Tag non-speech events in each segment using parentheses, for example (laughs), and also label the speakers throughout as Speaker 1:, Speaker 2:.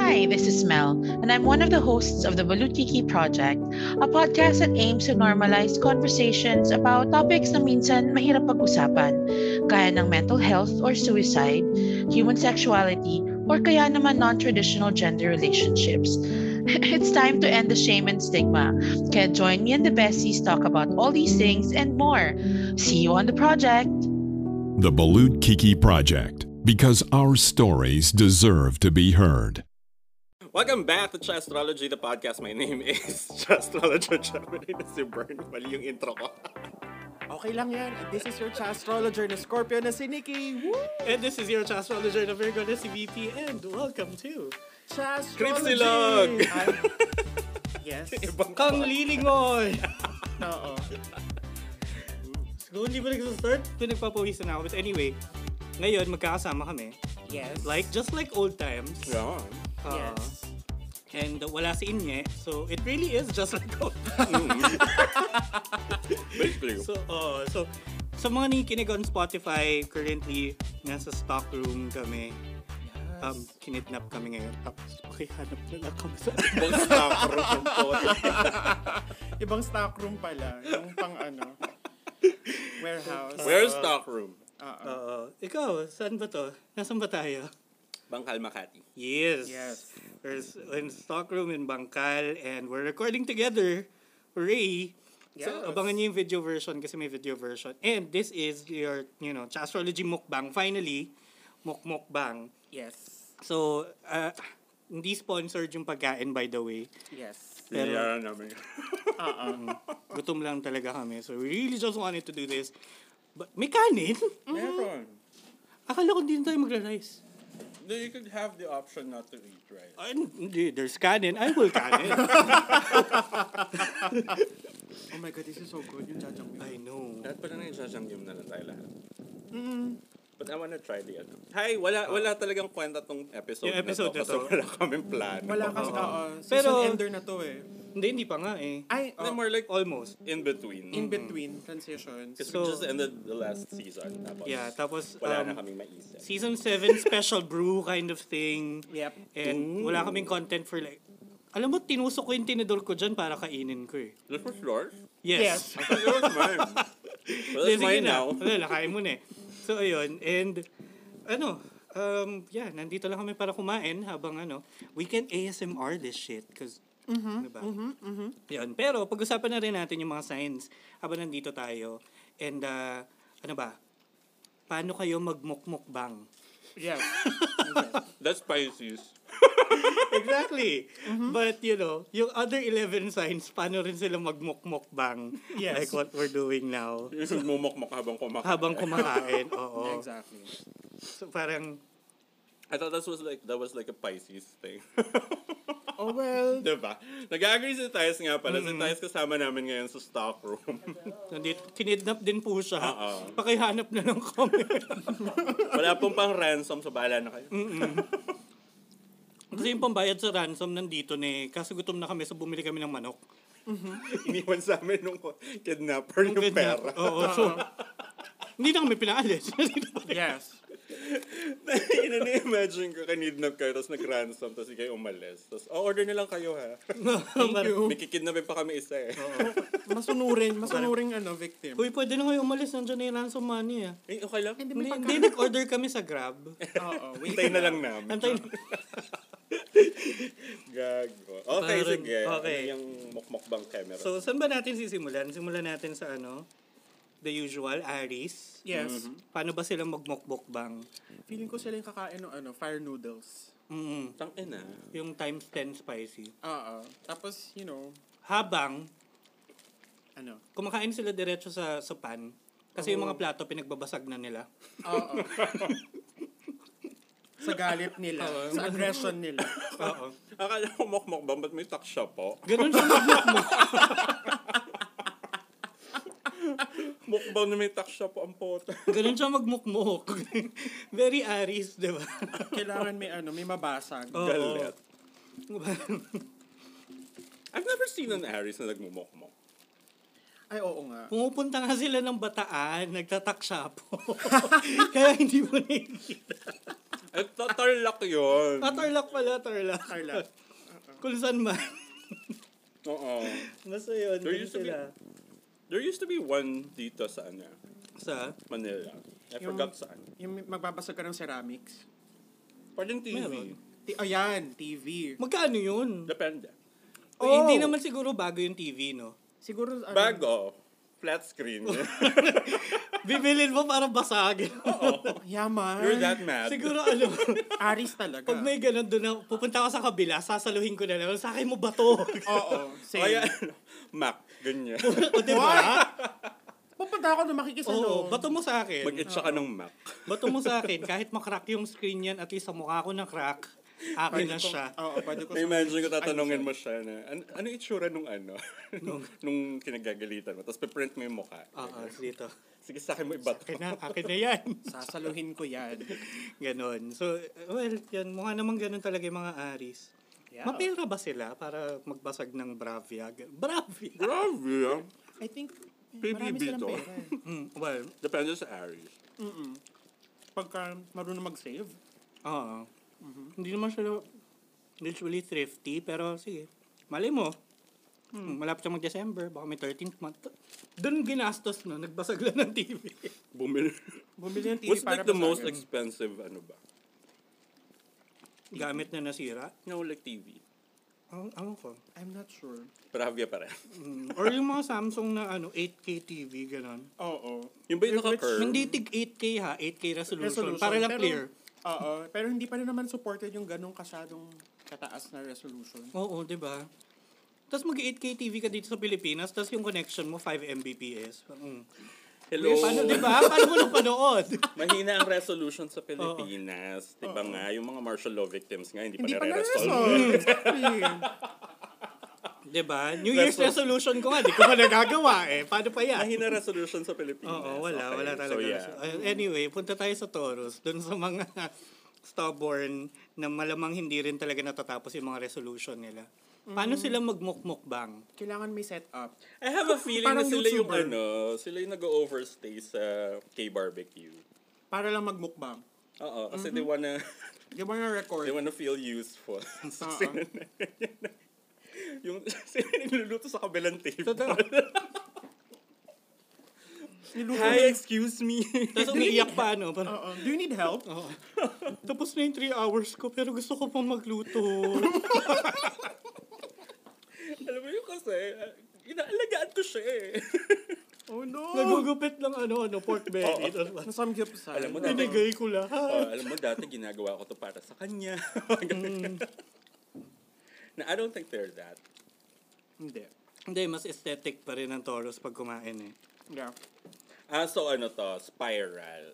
Speaker 1: Hi, this is Mel, and I'm one of the hosts of the Balutiki Project, a podcast that aims to normalize conversations about topics na minsan mahirap pag-usapan, gaya ng mental health or suicide, human sexuality, or kaya naman non-traditional gender relationships. (laughs) It's time to end the shame and stigma. Kaya join me and the besties talk about all these things and more. See you on the project!
Speaker 2: The Balut Kiki Project, because our stories deserve to be heard.
Speaker 3: Welcome back to Astrology, the podcast. My name is (laughs) Astrologer Gemini na si Bern. Mali yung intro ko.
Speaker 4: Okay lang yan. And this is your astrologer na Scorpio na si Nikki. Woo!
Speaker 5: And this is your astrologer na Virgo na si VP and welcome to
Speaker 4: Chastrology!
Speaker 3: Cripsilog!
Speaker 4: Ay, yes.
Speaker 3: Ibang
Speaker 5: Kang Lilingoy!
Speaker 4: Oo.
Speaker 5: Siguro hindi ba nag-start? Pinagpapawisan ako. But anyway, ngayon magkakasama kami.
Speaker 4: Yes.
Speaker 5: Like, just like old times.
Speaker 3: Yeah.
Speaker 5: Uh,
Speaker 4: Yes.
Speaker 5: And wala si Inye. So, it really is just (laughs) like old times.
Speaker 3: Basically.
Speaker 5: So, oh, so, sa mga nakikinig on Spotify, currently, nasa stock room kami. Um, kinidnap kami ngayon. Tapos, pakihanap na lang kami sa...
Speaker 4: (laughs)
Speaker 3: Ibang staff room
Speaker 5: (laughs)
Speaker 3: po.
Speaker 4: Ibang stock room pala. Yung pang ano. Warehouse.
Speaker 3: Where's stock room?
Speaker 5: Oo. Uh, ikaw, saan ba to? Nasaan ba tayo?
Speaker 3: Bangkal Makati.
Speaker 5: Yes.
Speaker 4: Yes.
Speaker 5: We're s- in stockroom in Bangkal and we're recording together. Hooray!
Speaker 4: Yes.
Speaker 5: So, abangan niyo yung video version kasi may video version. And this is your, you know, astrology mukbang. Finally, mukmukbang.
Speaker 4: Yes.
Speaker 5: So, uh, hindi sponsored yung pagkain by the way.
Speaker 4: Yes.
Speaker 5: Pero-
Speaker 3: Pero, namin.
Speaker 5: Gutom lang talaga kami. So, we really just wanted to do this. But may kanin?
Speaker 3: Meron.
Speaker 5: Akala ko hindi na tayo magra-rice.
Speaker 3: You could have the option not to eat, right?
Speaker 5: Ay, hindi, there's kanin. I will kanin.
Speaker 4: Oh my God, this is so good. Yung jajangmyeon.
Speaker 5: I know.
Speaker 3: Lahat pala na yung jajangmyeon na lang tayo lahat.
Speaker 5: Mm-hmm.
Speaker 3: But I wanna try the ano. Hi, wala wala talagang kwenta tong episode,
Speaker 5: Yung episode
Speaker 3: na
Speaker 5: na
Speaker 3: to.
Speaker 5: to.
Speaker 3: Kasi wala kaming plano.
Speaker 4: Wala kang oo.
Speaker 5: Pero-
Speaker 4: Season ender na to eh.
Speaker 5: Hindi, hindi pa nga eh.
Speaker 4: Ay,
Speaker 3: Then
Speaker 4: oh,
Speaker 3: more like
Speaker 5: Almost.
Speaker 3: in between.
Speaker 4: in between transitions.
Speaker 3: Because
Speaker 5: So-
Speaker 3: we just ended the last season. Tapos,
Speaker 5: Yeah, tapos
Speaker 3: wala na
Speaker 5: um,
Speaker 3: kaming maisip.
Speaker 5: season 7 special brew kind of thing.
Speaker 4: Yep.
Speaker 5: And wala kaming content for like alam mo, tinusok ko yung tinidor ko dyan para kainin ko eh.
Speaker 3: This was yours?
Speaker 5: (laughs) Yes.
Speaker 3: I thought yours was mine. (laughs) Well,
Speaker 5: Yes.
Speaker 3: that's mine now.
Speaker 5: (laughs) Wala, nakain mo na eh. So, ayun. And, ano, um, yeah, nandito lang kami para kumain habang ano, we can ASMR this shit. Cause, diba? Yun. Pero, pag-usapan na rin natin yung mga signs habang nandito tayo. And, ah, ano ba, paano kayo magmukmukbang?
Speaker 4: Yes. (laughs)
Speaker 3: That's Pisces.
Speaker 5: Exactly. But, you know, yung other 11 signs, paano rin sila magmukmukbang?
Speaker 4: Yes.
Speaker 5: Like what we're doing now.
Speaker 3: Yung sumumokmok habang kumakain.
Speaker 5: Habang kumakain, oo.
Speaker 4: Exactly.
Speaker 5: So, parang,
Speaker 3: I thought that was like that was like a Pisces thing. (laughs)
Speaker 4: Oh well.
Speaker 3: diba? Nag-agree si Thais nga pala.
Speaker 5: Mm-hmm.
Speaker 3: Si Thais kasama namin ngayon sa stock room.
Speaker 5: nandito, kinidnap din po siya.
Speaker 3: Oo.
Speaker 5: Pakihanap na lang kami.
Speaker 3: (laughs)
Speaker 5: (laughs)
Speaker 3: Wala pong pang ransom, so bahala na kayo.
Speaker 5: Mm-hmm. Kasi yung pambayad sa ransom nandito na eh. Kaso gutom na kami, so bumili kami ng manok.
Speaker 3: Iniwan sa amin nung kidnapper yung
Speaker 5: Kidnap. oh.
Speaker 3: pera. (laughs)
Speaker 5: Oo, so, hindi na kami pinaalis. (laughs)
Speaker 4: Yes.
Speaker 3: Ina-imagine ko, kinidnap kayo, tapos nag-ransom, tapos hindi kayo umalis. Tapos, oh, order na lang kayo ha.
Speaker 5: Parang,
Speaker 3: May kikidnapin pa kami isa eh.
Speaker 4: Masunurin. Masunuring ano, victim.
Speaker 5: Uy, pwede na kayo umalis. Nandiyan na yung ransom money ah.
Speaker 3: Eh, okay lang.
Speaker 5: Hindi, hindi, nag-order kami sa Grab.
Speaker 4: Oo. Wait.
Speaker 3: Hintay na lang namin.
Speaker 5: Antay
Speaker 3: Gago. oh. Okay,
Speaker 5: Parang-
Speaker 3: sige.
Speaker 5: okay.
Speaker 3: Ano yung mukmukbang camera?
Speaker 5: So, saan ba natin sisimulan? Simulan natin sa ano? The usual, Aries.
Speaker 4: Yes.
Speaker 5: Paano ba sila magmukbukbang?
Speaker 4: Feeling ko sila yung kakain ng ano, fire noodles.
Speaker 5: Mm
Speaker 3: Tangin na.
Speaker 5: Yung times 10 spicy.
Speaker 4: Oo. Tapos, you know,
Speaker 5: Habang,
Speaker 4: ano.
Speaker 5: kumakain sila diretso sa, sa pan. Kasi yung mga plato, pinagbabasag na nila.
Speaker 4: Oo.
Speaker 5: (laughs)
Speaker 4: sa galit nila. sa aggression nila.
Speaker 5: Oo.
Speaker 3: Akala ko mukmukbang, ba't may taksya po?
Speaker 5: Ganun siya magmukbang.
Speaker 3: Mukbang na may taksya po ang pota.
Speaker 5: (laughs) Ganun siya magmukmuk. (laughs) Very Aries, di ba? (laughs)
Speaker 4: Kailangan may ano, may mabasag.
Speaker 5: Oo.
Speaker 3: Galit. I've never seen an Aries na nagmumukmok.
Speaker 4: Ay, oo nga.
Speaker 5: Pumupunta nga sila (laughs) ng bataan, nagtatak siya po. Kaya hindi mo na
Speaker 3: Ito, tarlak yun.
Speaker 5: Ah, tarlac pala, tarlac.
Speaker 4: Tarlac.
Speaker 5: Kung saan man. (laughs)
Speaker 3: Oo.
Speaker 5: Basta yun,
Speaker 3: There
Speaker 5: dun
Speaker 3: used to be-
Speaker 5: sila.
Speaker 3: There used to be one dito sa ano,
Speaker 5: Sa,
Speaker 3: Manila. I
Speaker 4: Yung-
Speaker 3: forgot saan.
Speaker 4: Yung magbabasag ka ng ceramics.
Speaker 3: Pwedeng TV.
Speaker 5: Meron.
Speaker 4: T- ayan, TV.
Speaker 5: magkano yun?
Speaker 3: Depende.
Speaker 5: Eh,
Speaker 4: Oh!
Speaker 5: hindi naman siguro bago yung TV, no?
Speaker 4: Siguro, ano,
Speaker 3: Bago, flat screen.
Speaker 5: Bibilin mo para basagin.
Speaker 4: (laughs) Yaman.
Speaker 3: You're that mad.
Speaker 5: siguro ano,
Speaker 4: Aris talaga.
Speaker 5: pag may ganun doon, na- pupunta ako sa kabila, sasaluhin ko na lang, sa akin mo ba to?
Speaker 4: (laughs) Oo, same.
Speaker 3: Kaya, Mac, ganyan.
Speaker 5: o Oh, diba?
Speaker 4: Pupunta ako na makikisalo.
Speaker 5: Oo, bato mo sa akin.
Speaker 3: Mag-itcha ka ng Mac.
Speaker 5: Bato mo sa akin, kahit makrack yung screen yan, at least sa mukha ko na crack, akin na siya.
Speaker 4: Oo, pwede ko.
Speaker 3: Na-imagine ko tatanungin mo siya na, an- ano itsura nung ano? (laughs) nung, nung kinagagalitan mo. Tapos piprint mo yung mukha.
Speaker 5: Oo, dito.
Speaker 3: Sige, sa akin mo ibato.
Speaker 5: Akin na, akin na yan. (laughs)
Speaker 4: Sasaluhin ko yan.
Speaker 5: Ganon. So, well, yan, mukha naman ganon talaga yung mga Aris.
Speaker 4: Yeah.
Speaker 5: Mapera ba sila para magbasag ng Bravia? Gan- Bravia?
Speaker 3: Grabe ah.
Speaker 4: I think,
Speaker 3: PBB
Speaker 4: marami silang
Speaker 3: to.
Speaker 4: pera. eh.
Speaker 3: (laughs)
Speaker 5: Mm, well,
Speaker 3: Depende sa Aries.
Speaker 4: Pagka marunong mag-save.
Speaker 5: oo.
Speaker 4: Mm-hmm.
Speaker 5: Hindi naman sila literally thrifty, pero sige. Mali mo. Hmm, malapit na mag-December, baka may 13th month. Doon ginastos no, nagbasag lang ng TV.
Speaker 3: Bumili.
Speaker 4: Bumili ng TV
Speaker 3: What's
Speaker 4: para
Speaker 3: like the
Speaker 4: basahin.
Speaker 3: most expensive ano ba?
Speaker 5: Gamit na nasira.
Speaker 3: No, like TV.
Speaker 5: Ang, ano ko?
Speaker 4: I'm not sure.
Speaker 3: Pravia pa rin.
Speaker 5: Mm, Or yung mga Samsung na ano, 8K TV, ganon.
Speaker 4: Oo.
Speaker 3: Yung ba yung naka-curve?
Speaker 5: Hindi tig 8K ha, 8K resolution.
Speaker 4: Resolution.
Speaker 5: Para lang
Speaker 4: pero-
Speaker 5: clear.
Speaker 4: Oo. Pero hindi pa rin naman supported yung ganong kasadong kataas na resolution.
Speaker 5: Oo, di ba? Tapos mag 8K TV ka dito sa Pilipinas, tapos yung connection mo 5 Mbps. Mm.
Speaker 3: Hello.
Speaker 4: Oh.
Speaker 5: Paano, di ba? Paano mo nang panood?
Speaker 3: Mahina ang resolution sa Pilipinas. Diba nga, yung mga martial law victims nga, hindi pa
Speaker 4: Hindi pa
Speaker 3: nare-resolve.
Speaker 4: na-resolve. (laughs) Exactly.
Speaker 5: di ba? Diba? New Year's
Speaker 3: Resol-
Speaker 5: resolution ko nga, di ko pa nagagawa eh. Paano pa yan?
Speaker 3: Mahina resolution sa Pilipinas.
Speaker 5: Oo, wala,
Speaker 3: Okay,
Speaker 5: wala talaga.
Speaker 3: So yeah.
Speaker 5: Uh, Anyway, punta tayo sa Taurus. Doon sa mga (laughs) stubborn na malamang hindi rin talaga natatapos yung mga resolution nila. Paano sila magmukmukbang?
Speaker 4: Kailangan may setup.
Speaker 3: I have a feeling na
Speaker 4: Parang
Speaker 3: sila yung
Speaker 4: YouTuber.
Speaker 3: ano, sila yung nag-overstay sa K-barbecue. Mm-hmm.
Speaker 4: Para lang (laughs) magmukbang.
Speaker 3: Oo, kasi they wanna, (laughs)
Speaker 4: Di ba na-record?
Speaker 3: they wanna feel useful. (laughs) so, sila na, yung, (laughs) sila yung niluluto sa kabilang table.
Speaker 5: Totoo.
Speaker 4: (laughs) Niluto
Speaker 3: Hi,
Speaker 4: na-
Speaker 3: excuse me.
Speaker 5: Tapos umiiyak pa, ano? Parang,
Speaker 4: Oo. Do you need help?
Speaker 5: Tapos na yung 3 hours ko, pero gusto ko pang magluto.
Speaker 3: (laughs)
Speaker 4: (laughs)
Speaker 3: Alam mo yung kasi, ah, inaalagaan ko siya eh.
Speaker 4: Oh no!
Speaker 5: Nagugupit lang ano, ano, pork belly. Tapos,
Speaker 4: Nasamgyup sa.
Speaker 3: Alam mo na-
Speaker 5: Binigay
Speaker 3: (laughs)
Speaker 5: ko
Speaker 3: Oh,
Speaker 5: lahat.
Speaker 3: alam mo, dati ginagawa ko to para sa kanya. (laughs) Mm. na I don't think they're that.
Speaker 4: Hindi.
Speaker 5: Hindi, mas aesthetic pa rin ang Taurus pag kumain eh.
Speaker 4: Yeah.
Speaker 3: Ah, so ano to? Spiral.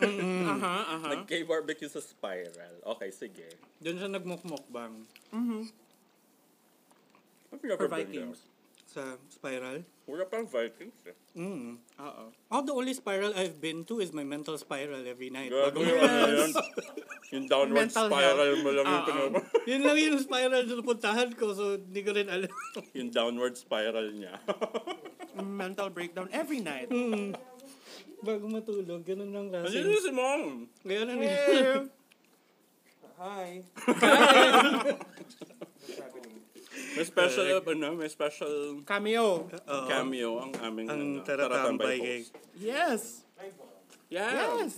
Speaker 3: Mm-hmm, (laughs)
Speaker 4: Aha,
Speaker 3: uh-huh,
Speaker 4: aha.
Speaker 3: Nag-K-barbecue sa spiral. Okay, sige.
Speaker 5: Doon siya nagmukmukbang
Speaker 3: I've never
Speaker 4: For
Speaker 3: been
Speaker 4: Vikings.
Speaker 3: there.
Speaker 5: sa spiral.
Speaker 3: Wala pang Vikings eh.
Speaker 5: Mm.
Speaker 4: Oo.
Speaker 5: Oh, the only spiral I've been to is my mental spiral every night.
Speaker 3: Gago
Speaker 5: Bago-
Speaker 3: yung ano yun. Yung downward
Speaker 4: Mental
Speaker 3: spiral mo lang yung pinapa.
Speaker 5: (laughs) yun lang yung spiral na napuntahan ko, so hindi ko rin alam. (laughs)
Speaker 3: yung downward spiral niya.
Speaker 4: Um, Mental breakdown every night.
Speaker 5: Bago matulog, ganun lang
Speaker 3: Kasi
Speaker 5: lasing.
Speaker 3: yun si mom.
Speaker 5: Ganun lang. (laughs)
Speaker 4: Hi.
Speaker 3: May special, ano, may special
Speaker 4: Cameo.
Speaker 3: cameo ang aming
Speaker 5: Ah, Ang
Speaker 3: ano,
Speaker 5: taratambay kay...
Speaker 3: host.
Speaker 4: Yes.
Speaker 3: Yeah.
Speaker 4: Yes.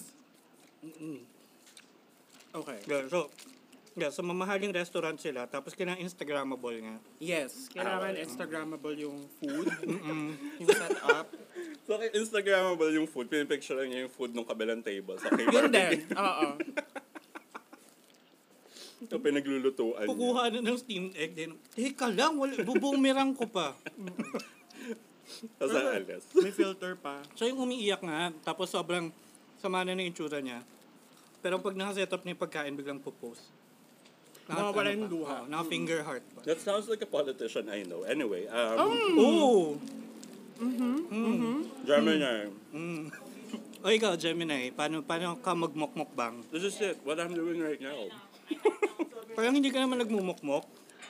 Speaker 4: Okay.
Speaker 5: Yeah, so, yeah, so mamahaling restaurant sila, tapos kinang Instagrammable nga.
Speaker 4: Yes. Kailangan Instagrammable yung food. yung setup.
Speaker 3: So, kay Instagrammable yung food. Pinipicture niya yung food nung kabilang table sa
Speaker 4: Yun
Speaker 3: (laughs) K-barbecue.
Speaker 4: din. Oo.
Speaker 3: Yung pinaglulutuan niya.
Speaker 5: Pukuha na ng steamed egg din. Teka lang, wala, bubumirang ko pa.
Speaker 3: Tapos
Speaker 4: Ah.
Speaker 3: aalis.
Speaker 4: May filter
Speaker 5: (laughs)
Speaker 4: pa.
Speaker 5: So yung umiiyak nga, tapos sobrang sama na ng itsura niya. Pero pag nakaset-up na yung pagkain, biglang pupos.
Speaker 4: Nawawala yung Hmm.
Speaker 5: pa?
Speaker 4: luha.
Speaker 5: Oo, naka-finger heart pa.
Speaker 3: That sounds like a politician I know. Anyway,
Speaker 4: Oh.
Speaker 3: um,
Speaker 5: Oo!
Speaker 3: Gemini.
Speaker 5: O ikaw, Gemini, paano, paano ka magmokmokbang?
Speaker 3: This is it. What I'm doing right now.
Speaker 5: Parang hindi ka naman nagmumokmok.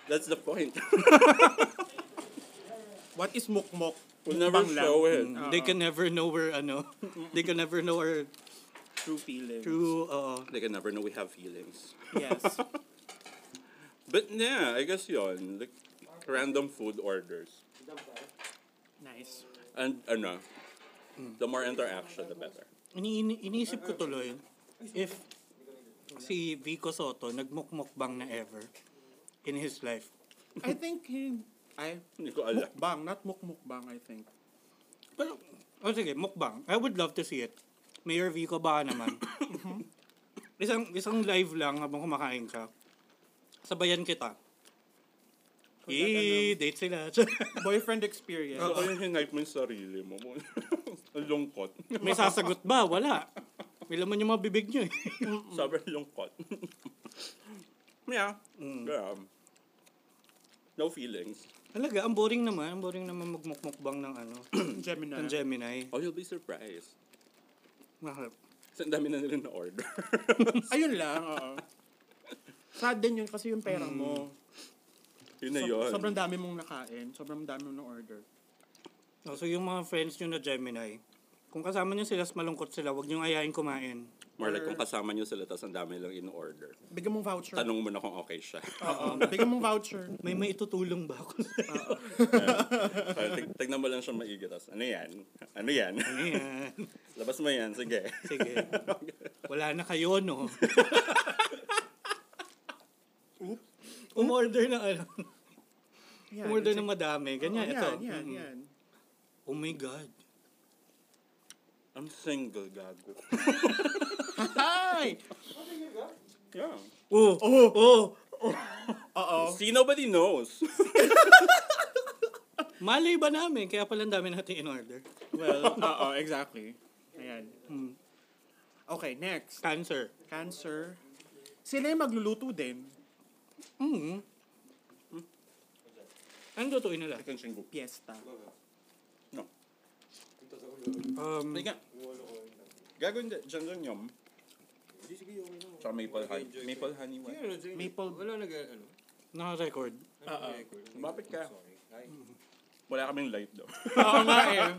Speaker 3: That's the point. (laughs)
Speaker 4: What is mukmok?
Speaker 3: we'll never
Speaker 4: Mukbang lang. Mm,
Speaker 3: show it.
Speaker 5: (laughs) They can never know where, ano, they can never know where
Speaker 3: True feelings.
Speaker 5: True, oo.
Speaker 3: They can never know we have feelings.
Speaker 5: Yes.
Speaker 3: But yeah, I guess yon. Like, random food orders.
Speaker 5: nice.
Speaker 3: And ano, the more interaction, the better.
Speaker 5: Ini ini- iniisip ko tuloy, if si Vico Soto nagmukmukbang na ever in his life,
Speaker 4: I think he... Ay,
Speaker 3: Hindi ko alam.
Speaker 4: bang, not mukmukbang, I think.
Speaker 5: Pero, oh sige, mukbang. I would love to see it. Mayor Vico ba naman? (coughs) isang isang live lang habang kumakain ka. Sabayan kita. Eh, date sila. (laughs)
Speaker 4: Boyfriend experience.
Speaker 3: Ako yung hinipe mo yung sarili mo. (laughs) Ang lungkot.
Speaker 5: May sasagot ba? Wala. May laman yung mga bibig nyo eh. (laughs)
Speaker 3: Sobrang lungkot. (laughs) yeah.
Speaker 4: Mm.
Speaker 3: Yeah. No feelings.
Speaker 5: Talaga, ang boring naman. Ang boring naman magmukmukbang ng ano.
Speaker 4: (coughs) Gemini.
Speaker 5: ng Gemini.
Speaker 3: Oh, you'll be surprised.
Speaker 5: Mahal.
Speaker 3: Kasi ang dami na nila na-order.
Speaker 4: Ayun lang, oo. Sad din yun kasi yung pera
Speaker 3: Mm.
Speaker 4: mo.
Speaker 3: (laughs) yun na
Speaker 4: Sob-
Speaker 3: yun.
Speaker 4: Sobrang dami mong nakain. Sobrang dami mong na-order.
Speaker 5: Oh, so yung mga friends nyo na Gemini, kung kasama nyo sila, mas malungkot sila, huwag nyo ayain kumain.
Speaker 3: More like kung kasama nyo sila tapos ang dami lang in-order.
Speaker 4: Bigyan mong voucher.
Speaker 3: Tanong mo na kung okay siya.
Speaker 4: Oo. Bigyan mong voucher.
Speaker 5: May maitutulong ba ako? (laughs)
Speaker 3: Kaya tig- tignan mo lang siya maigi tapos ano yan? Ano yan?
Speaker 5: Ayan.
Speaker 3: (laughs) Labas mo yan, sige.
Speaker 5: Sige. eh. Wala na kayo, no? Umorder ng ano?
Speaker 4: Yan,
Speaker 5: Umorder
Speaker 4: it's Oh,
Speaker 5: ng madami.
Speaker 4: like-
Speaker 5: Ganyan,
Speaker 4: yan,
Speaker 5: ito.
Speaker 4: Yan,
Speaker 5: Mm.
Speaker 4: yan.
Speaker 5: Oh my God.
Speaker 3: I'm single, gago.
Speaker 4: Hi!
Speaker 3: Yeah.
Speaker 5: Oh, oh, oh.
Speaker 3: Oh. See, nobody knows.
Speaker 5: Malay ba namin? Kaya pala ang dami natin in order.
Speaker 4: Well, oo, Oh, exactly. Ayan. Hmm. Okay, next.
Speaker 5: Cancer.
Speaker 4: Cancer. Sila yung magluluto din.
Speaker 5: Mm. Ano tutuin nila?
Speaker 3: Ang single.
Speaker 4: Piesta.
Speaker 3: No.
Speaker 5: Um,
Speaker 3: Teka. Gago hindi. Diyan lang yun. Tsaka maple honey. Maple honey one.
Speaker 4: Maple.
Speaker 6: Wala nag ano?
Speaker 5: naka-record.
Speaker 3: Mapit ka. Wala kaming light daw.
Speaker 4: Oo nga (laughs) eh.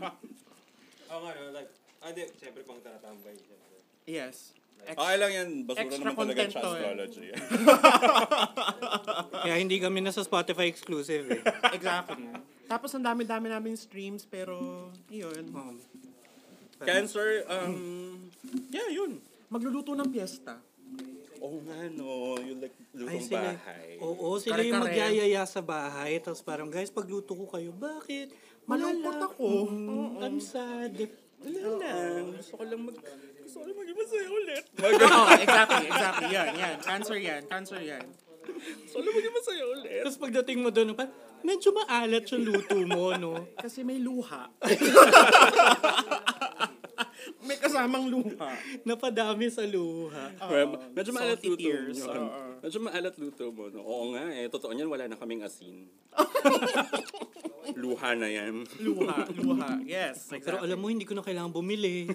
Speaker 6: Oo nga, no, like, ah, di, siyempre pang taratambay. Siyempre.
Speaker 4: Yes.
Speaker 3: (laughs) okay lang yan. Basura
Speaker 4: Extra
Speaker 3: naman talaga
Speaker 4: content
Speaker 3: sa
Speaker 4: to eh.
Speaker 3: astrology.
Speaker 5: Kaya hindi kami nasa Spotify exclusive eh.
Speaker 4: Exactly. Tapos ang dami-dami namin streams pero yun.
Speaker 5: Um,
Speaker 3: Cancer, um... Yeah, yun.
Speaker 4: Magluluto ng piyesta.
Speaker 3: Oh nga no, yung like
Speaker 5: Ay,
Speaker 3: lutong
Speaker 5: sila.
Speaker 3: bahay.
Speaker 5: Oo, sila yung
Speaker 4: Kare-kare.
Speaker 5: magyayaya sa bahay. Tapos parang, guys, pagluto ko kayo, bakit? Wala
Speaker 4: Malungkot
Speaker 5: lang.
Speaker 4: ako.
Speaker 5: Mm, I'm sad.
Speaker 3: Wala lang. Gusto ko lang mag... Gusto ko lang maging masaya ulit.
Speaker 4: (laughs) Oo, exactly, exactly. Yan, yan. Cancer yan, cancer yan.
Speaker 3: Gusto ko lang maging masaya ulit.
Speaker 5: Tapos pagdating mo doon, parang, medyo maalat yung luto mo, no?
Speaker 4: Kasi may luha. may kasamang luha.
Speaker 5: Napadami sa luha.
Speaker 3: Well, medyo maalat
Speaker 4: salty
Speaker 3: luto
Speaker 4: tears.
Speaker 3: mo.
Speaker 4: Oo.
Speaker 3: Medyo maalat luto mo. No? Oo nga, eh, totoo niyan, wala na kaming (laughs) asin. Luha na yan.
Speaker 4: Luha, luha. Yes,
Speaker 5: Pero
Speaker 4: exactly.
Speaker 5: alam mo, hindi ko na kailangan bumili.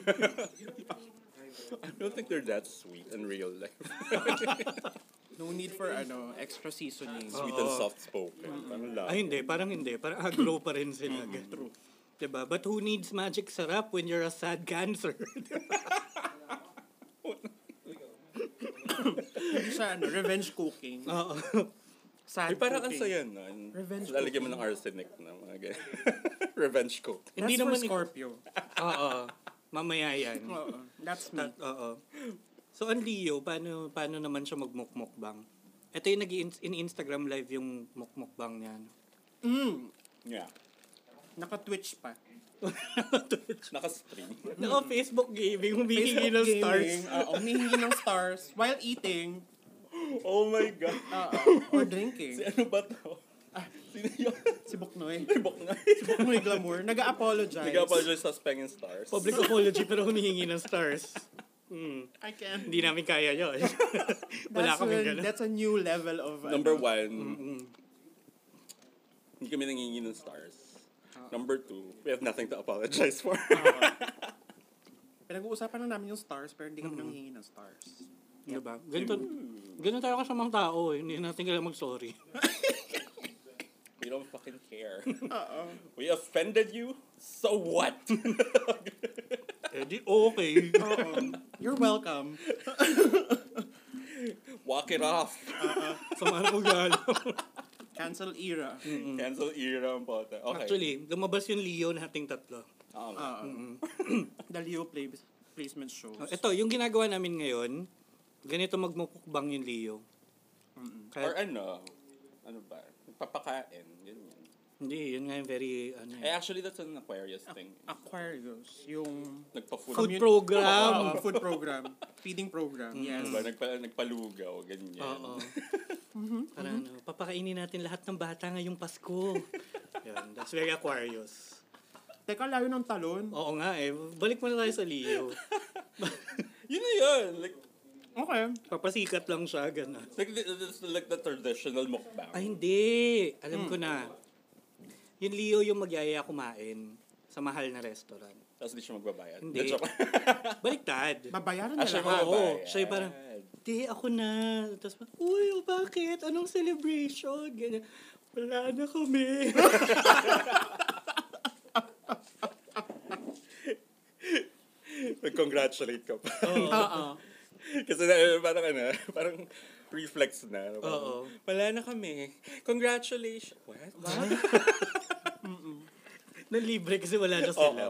Speaker 3: I don't think they're that sweet in real life. (laughs)
Speaker 4: No need for ano extra seasoning.
Speaker 3: sweet and soft-spoken. Parang love.
Speaker 5: (laughs) Ay, hindi. Parang hindi. Parang agro pa rin sila. True. Diba? But who needs magic sarap when you're a sad cancer? (laughs)
Speaker 4: Hindi siya ano, revenge cooking.
Speaker 5: (laughs) Oo.
Speaker 3: Ay,
Speaker 4: Sad
Speaker 3: parang ang
Speaker 4: cooking.
Speaker 3: saya nun.
Speaker 4: Revenge
Speaker 3: Lalagyan mo ng arsenic na mga ganyan. (laughs) Revenge cook.
Speaker 4: That's
Speaker 5: hindi
Speaker 4: for
Speaker 5: naman ik-
Speaker 4: Scorpio.
Speaker 5: Oo. Mamaya yan.
Speaker 4: Oo, that's me.
Speaker 5: Tat- oo. So, ang Leo, paano, paano naman siya magmukmukbang? Ito yung nag-in-Instagram live yung mukmukbang niya. no?
Speaker 3: Yeah.
Speaker 4: Naka-twitch pa.
Speaker 3: Naka-stream.
Speaker 5: Oo, Mm. Facebook gaming, humihingi ng
Speaker 4: Gaming,
Speaker 5: stars.
Speaker 4: Oo, humihingi ng stars while eating
Speaker 3: Oh my God.
Speaker 4: or
Speaker 3: Si
Speaker 4: drinking.
Speaker 3: ano ba to? Ah, sino yun? (laughs)
Speaker 4: Si Buknoy.
Speaker 3: Ay, bok nga.
Speaker 4: Buknoy Glamour. Nag-apologize.
Speaker 3: Nag-apologize sa Speng and Stars.
Speaker 5: Public apology, pero humihingi ng stars.
Speaker 4: I can't.
Speaker 5: Hindi namin kaya yun. (laughs) Wala
Speaker 4: That's,
Speaker 5: kaming
Speaker 4: a-
Speaker 5: ganun.
Speaker 4: that's a new level of... ano,
Speaker 3: Number one, hindi kami nangingi ng stars.
Speaker 5: Ah.
Speaker 3: Number two, we have nothing to apologize
Speaker 5: (laughs)
Speaker 3: for. (laughs)
Speaker 4: Pinag-uusapan na namin yung stars pero hindi kami nanghingi ng stars.
Speaker 5: Diba? Ganito, ganito tayo kasamang tao. eh. Hindi natin kailangan mag-sorry.
Speaker 3: we don't fucking care. We offended you, so what?
Speaker 5: Eh di okay.
Speaker 4: You're welcome.
Speaker 3: (laughs) Walk it off.
Speaker 5: Sama ng ugali.
Speaker 4: Cancel era.
Speaker 3: Cancel era ang pota. Okay.
Speaker 5: Mm.
Speaker 3: Um,
Speaker 5: Actually, uh, lumabas yung Leo nating tatlo.
Speaker 3: Oo nga.
Speaker 4: The Leo play- placement shows.
Speaker 5: Oh, Ito, yung ginagawa namin ngayon, ganito magmukbang yung Leo.
Speaker 3: Or
Speaker 5: Kahit,
Speaker 3: ano, ano ba? Papakain. Ganyan.
Speaker 5: hindi, yun nga yung very, ano,
Speaker 3: Eh,
Speaker 5: yun.
Speaker 3: actually, that's an Aquarius thing.
Speaker 4: Aquarius, yung
Speaker 3: Nagpa-food.
Speaker 5: Ah. food program.
Speaker 4: Ah, food program, feeding program.
Speaker 5: Mm-hmm.
Speaker 4: Yes.
Speaker 3: Diba? Nagpa, nagpalugaw, ganyan.
Speaker 5: Oo. Para ano, papakainin natin lahat ng bata ngayong Pasko. Yun, that's very Aquarius.
Speaker 4: Teka, layo ng talon.
Speaker 5: Oo nga eh, balik muna tayo sa Leo.
Speaker 3: Yun na yun. Like,
Speaker 4: Okay.
Speaker 5: Papasikat lang siya, gano'n.
Speaker 3: like, the, that's like the traditional mukbang.
Speaker 5: Ay, Ah, hindi. Alam ko na. Hmm. Yung Leo yung magyaya kumain sa mahal na restaurant.
Speaker 3: Tapos di siya magbabayad.
Speaker 5: Hindi.
Speaker 3: That's joke.
Speaker 5: Baliktad.
Speaker 4: Babayaran
Speaker 3: Ah,
Speaker 4: na
Speaker 3: siya
Speaker 4: lang.
Speaker 5: Oo,
Speaker 3: magbabayad.
Speaker 5: siya'y parang, Hindi, ako na. Tapos, uy, oh, bakit? Anong celebration? Ganyan. Wala na
Speaker 3: (laughs)
Speaker 5: kami.
Speaker 3: Mag-congratulate ka pa. (laughs)
Speaker 4: Oo.
Speaker 3: Kasi na, parang ano, parang reflex na. Ano, parang,
Speaker 5: Oo.
Speaker 3: Wala na kami. Congratulations.
Speaker 5: (laughs)
Speaker 3: What?
Speaker 5: Nalibre kasi wala na
Speaker 3: Oo.
Speaker 5: (laughs) sila.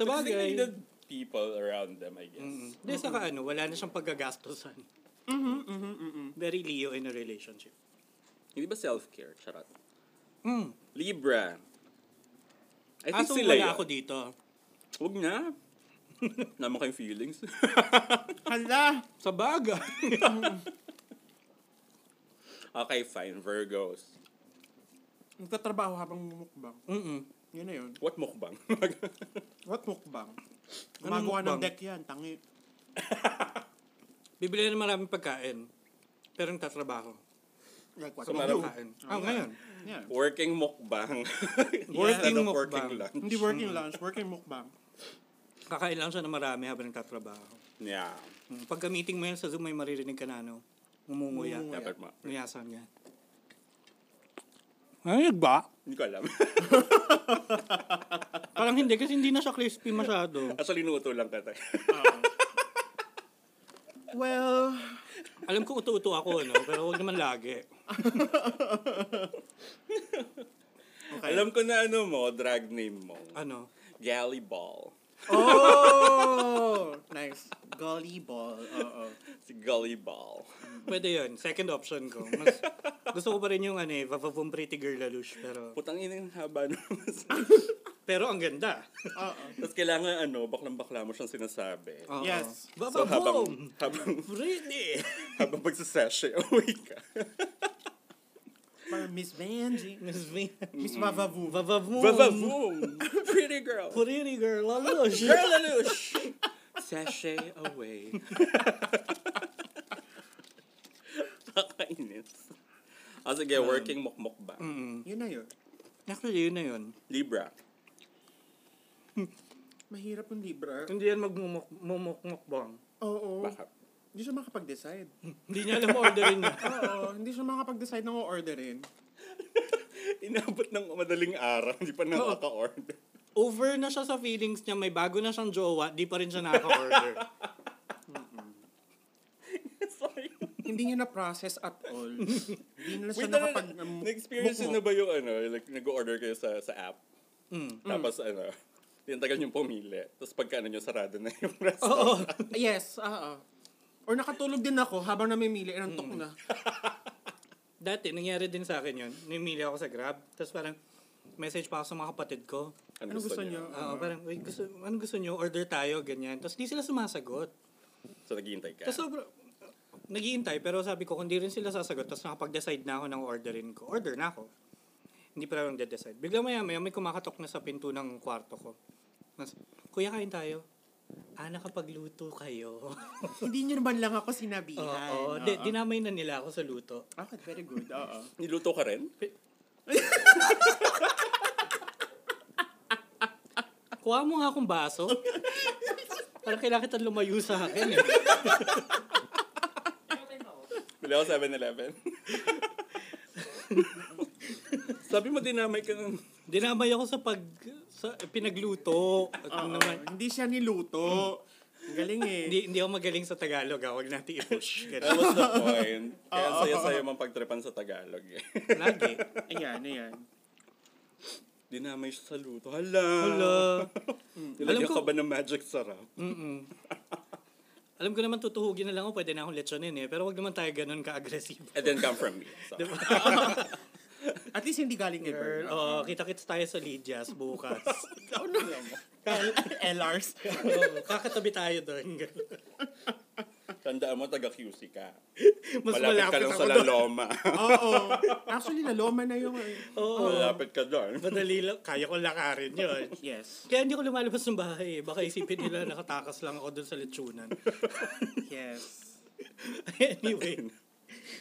Speaker 3: Kasi they
Speaker 5: bagay,
Speaker 3: needed people around them, I guess.
Speaker 5: hindi, saka ano, wala na siyang paggagastosan.
Speaker 3: Mm-hmm,
Speaker 5: Very Leo in a relationship.
Speaker 3: Hindi ba self-care? Charot. Libra. I think
Speaker 5: Mm. Kaso
Speaker 3: sila
Speaker 5: wala
Speaker 3: yun.
Speaker 5: ako dito.
Speaker 3: Huwag na. (laughs) Naman kayong
Speaker 5: (laughs)
Speaker 3: feelings.
Speaker 4: Hala!
Speaker 5: Sa bagay.
Speaker 3: okay, fine. Virgos.
Speaker 4: Nagtatrabaho habang mumukbang.
Speaker 5: Mm-mm.
Speaker 4: Yun na yun.
Speaker 3: What mukbang?
Speaker 4: What mukbang? Gumagawa ng
Speaker 5: mukbang?
Speaker 4: deck yan, tangi.
Speaker 5: (laughs) Bibili na maraming pagkain. Pero yung tatrabaho.
Speaker 4: Like what?
Speaker 3: So,
Speaker 4: you
Speaker 3: parang-
Speaker 4: do.
Speaker 5: Kain. Ah, ngayon.
Speaker 4: Yeah.
Speaker 3: (laughs) working mukbang. (laughs)
Speaker 5: Working
Speaker 3: Instead of Working
Speaker 5: mukbang.
Speaker 3: lunch.
Speaker 4: Hindi working
Speaker 5: Mm-hmm.
Speaker 4: lunch, working mukbang.
Speaker 5: Kakain lang siya na marami habang nagtatrabaho.
Speaker 3: Yeah.
Speaker 5: Mm, Pagka meeting mo yan sa Zoom, may maririnig ka na ano. Ngumunguya.
Speaker 4: Ngumunguya.
Speaker 3: Dapat ma.
Speaker 5: Nuyasan niya. Ay, ba?
Speaker 3: Hindi ko alam.
Speaker 5: Parang hindi kasi hindi na siya crispy masyado.
Speaker 3: (laughs) Actually, nuto lang ka tayo.
Speaker 4: Well,
Speaker 5: Alam ko uto-uto ako, no? Pero huwag naman lagi.
Speaker 3: Alam ko na ano mo, drag name mo.
Speaker 5: Ano?
Speaker 3: Galley Ball.
Speaker 4: oh! nice. Gully ball. Oo.
Speaker 3: Si Gully Ball.
Speaker 5: Pwede yun. Second option ko. Mas, gusto ko pa rin yung ano eh, Vavavoom Pretty Girl Lalush. Pero,
Speaker 3: Putang ina yung haba (laughs) naman.
Speaker 5: pero ang ganda.
Speaker 3: Tapos kailangan ano, baklang-bakla mo siyang sinasabi.
Speaker 5: Oo.
Speaker 4: Yes.
Speaker 3: So, habang,
Speaker 5: Vavavoom!
Speaker 3: habang,
Speaker 5: Pretty!
Speaker 3: habang magsasashay, (laughs) away ka.
Speaker 4: Parang Miss Vanjie.
Speaker 5: Miss V.
Speaker 4: Miss Vavavu.
Speaker 5: Vavavoom!
Speaker 3: Vavavoom! Pretty girl!
Speaker 5: Pretty Girl Lalush!
Speaker 3: Girl (laughs) Lelouch! Sashay away. Nakakainis. Ah, sige, working mukmuk ba?
Speaker 4: Yun na yun.
Speaker 5: Actually, yun na yun.
Speaker 3: Libra.
Speaker 4: Mahirap yung Libra.
Speaker 5: Hindi yan magmumukmukbang.
Speaker 4: Oo.
Speaker 3: Baka.
Speaker 4: Hindi siya makapag-decide.
Speaker 5: Hindi niya alam orderin (laughs) niya.
Speaker 4: Oo, hindi siya makapag-decide ng orderin.
Speaker 3: Inabot ng madaling araw, hindi pa nakaka-order. (laughs)
Speaker 5: over na siya sa feelings niya, may bago na siyang jowa, di pa rin siya nakaka-order.
Speaker 3: Sorry.
Speaker 4: Hindi niya na-process at all. Hindi na
Speaker 3: Wait,
Speaker 4: siya
Speaker 3: na,
Speaker 4: nakapag... um,
Speaker 3: na-experience na ba yung ano, like, nag-order kayo sa, sa app? Tapos ano, (laughs) yung tagal niyong pumili. Tapos pagka ano niyo, sarado na yung restaurant.
Speaker 4: Yes, oo. Or nakatulog din ako habang namimili, inantok na.
Speaker 5: (laughs) Dati, nangyari din sa akin yun. Nimili ako sa Grab. Tapos parang, message pa ako sa mga kapatid ko.
Speaker 4: Ano gusto niyo?
Speaker 5: Oo, parang, "Uy, gusto, ano gusto nyo? Order tayo, ganyan. Tapos di sila sumasagot.
Speaker 3: So, naghihintay ka.
Speaker 5: Tapos sobra, naghihintay, pero sabi ko, kung di rin sila sasagot, tapos nakapag-decide na ako ng orderin ko, order na ako. Hindi pa lang de-decide. Bigla maya maya, may kumakatok na sa pinto ng kwarto ko. Mas, kuya, kain tayo. Ah, nakapagluto kayo.
Speaker 4: Hindi niyo naman lang ako sinabihan.
Speaker 5: Oo, di, dinamay na nila ako sa luto.
Speaker 4: Okay, very good. Ah, Oo.
Speaker 3: Niluto ka rin?
Speaker 5: Kuha mo nga akong baso. Parang kailangan kita lumayo sa akin eh.
Speaker 3: Wala ako 7-Eleven. Sabi mo, dinamay ka ng...
Speaker 5: Dinamay ako sa pag sa So, pinagluto. Ano naman,
Speaker 4: Hindi siya niluto. Ang galing eh.
Speaker 5: hindi, hindi ako magaling sa Tagalog. ah. Huwag natin i-push. Ganun.
Speaker 3: That was the point. Kaya ang saya-saya mang pagtripan sa Tagalog. eh. (laughs)
Speaker 5: Lagi.
Speaker 4: Ayan, ayan.
Speaker 3: Dinamay siya sa luto. Hala!
Speaker 5: Hala.
Speaker 3: Nilagyan
Speaker 5: Alam ko-
Speaker 3: ka ba ng magic sarap?
Speaker 5: Alam ko naman tutuhugin na lang ako, pwede na akong lechonin eh. Pero wag naman tayo ganun ka-aggressive.
Speaker 3: And then come from me. So,
Speaker 4: At least hindi galing kay Bern.
Speaker 5: Oo, kita-kits tayo sa Lydias bukas. (laughs)
Speaker 4: LRs.
Speaker 5: Oo, kakatabi tayo doon. (laughs)
Speaker 3: tandaan mo, taga-QC ka.
Speaker 5: Mas
Speaker 3: Malapit ka lang
Speaker 5: ako
Speaker 3: sa
Speaker 5: doon.
Speaker 3: Laloma.
Speaker 4: Oo. Actually, laloma na yung...
Speaker 5: Oo,
Speaker 3: Malapit ka doon.
Speaker 5: madali lang. Kaya ko lakarin yun.
Speaker 4: Yes.
Speaker 5: Kaya hindi ko lumalabas ng bahay eh. Baka isipin nila nakatakas lang ako doon sa lechonan.
Speaker 4: Yes.
Speaker 5: (laughs) anyway,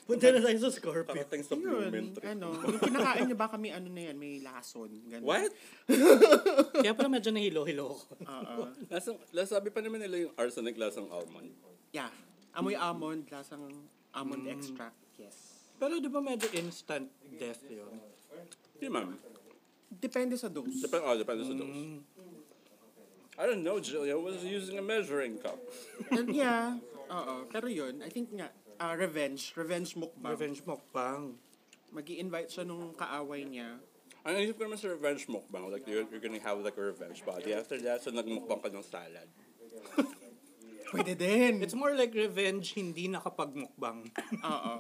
Speaker 5: punta na tayo sa
Speaker 3: (laughs)
Speaker 5: Scorpio.
Speaker 3: Parating sa
Speaker 4: Yun,
Speaker 3: Blumentrick.
Speaker 4: ano, yung kinakain niya baka may ano na yan, may lason. Ganun.
Speaker 3: What?
Speaker 5: Kaya pala medyo nahilo-hilo ako.
Speaker 4: Oo.
Speaker 3: Lasang, lasabi pa naman nila yung arsenic lasang almond.
Speaker 4: yeah. Amoy almond, lasang almond extract. Yes.
Speaker 5: Pero di ba medyo instant death yun?
Speaker 3: Hindi, ma'am.
Speaker 4: Depende sa dose.
Speaker 3: Depende, oh, depende sa dose. I don't know, Jilly. I was using a measuring cup.
Speaker 4: And yeah. Oo. Pero yun, I think nga, ah, revenge. Revenge mukbang.
Speaker 5: Revenge mukbang.
Speaker 4: mag invite siya nung kaaway niya.
Speaker 3: Ang isip ko naman sa revenge mukbang, like you're, you're gonna have like a revenge body. After that, so nagmukbang ka ng salad.
Speaker 4: Pwede din.
Speaker 5: It's more like revenge hindi nakapagmukbang.
Speaker 4: (laughs) Oo.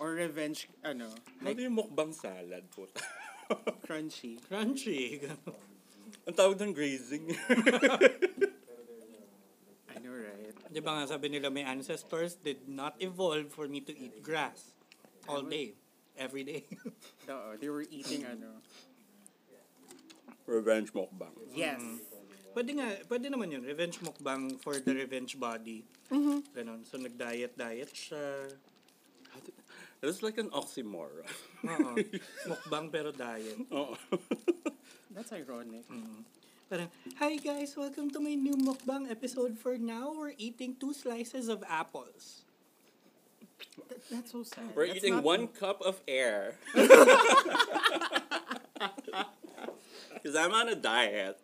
Speaker 4: Or revenge, ano,
Speaker 3: Ano yung mukbang salad, puta? (laughs)
Speaker 4: crunchy.
Speaker 5: Crunchy. ganun.
Speaker 3: Ang tawag ng grazing. (laughs)
Speaker 4: I know, right?
Speaker 5: di ba nga sabi nila my ancestors did not evolve for me to eat grass all day, every day. (laughs)
Speaker 4: Oo, they were eating, ano.
Speaker 3: revenge mukbang.
Speaker 4: Yes.
Speaker 5: pwede nga, pwede naman yun. Revenge mukbang for the revenge body. Ganon. So nag-diet-diet siya.
Speaker 3: It's like an oxymoron. (laughs)
Speaker 5: Oo. (laughs) mukbang pero diet.
Speaker 3: Oo.
Speaker 4: That's ironic.
Speaker 5: Parang, hi guys, welcome to my new mukbang episode. For now, we're eating two slices of apples.
Speaker 4: Th- that's so sad.
Speaker 3: We're
Speaker 4: That's
Speaker 3: eating
Speaker 4: not-
Speaker 3: one cup of (laughs) air. Because I'm on a diet.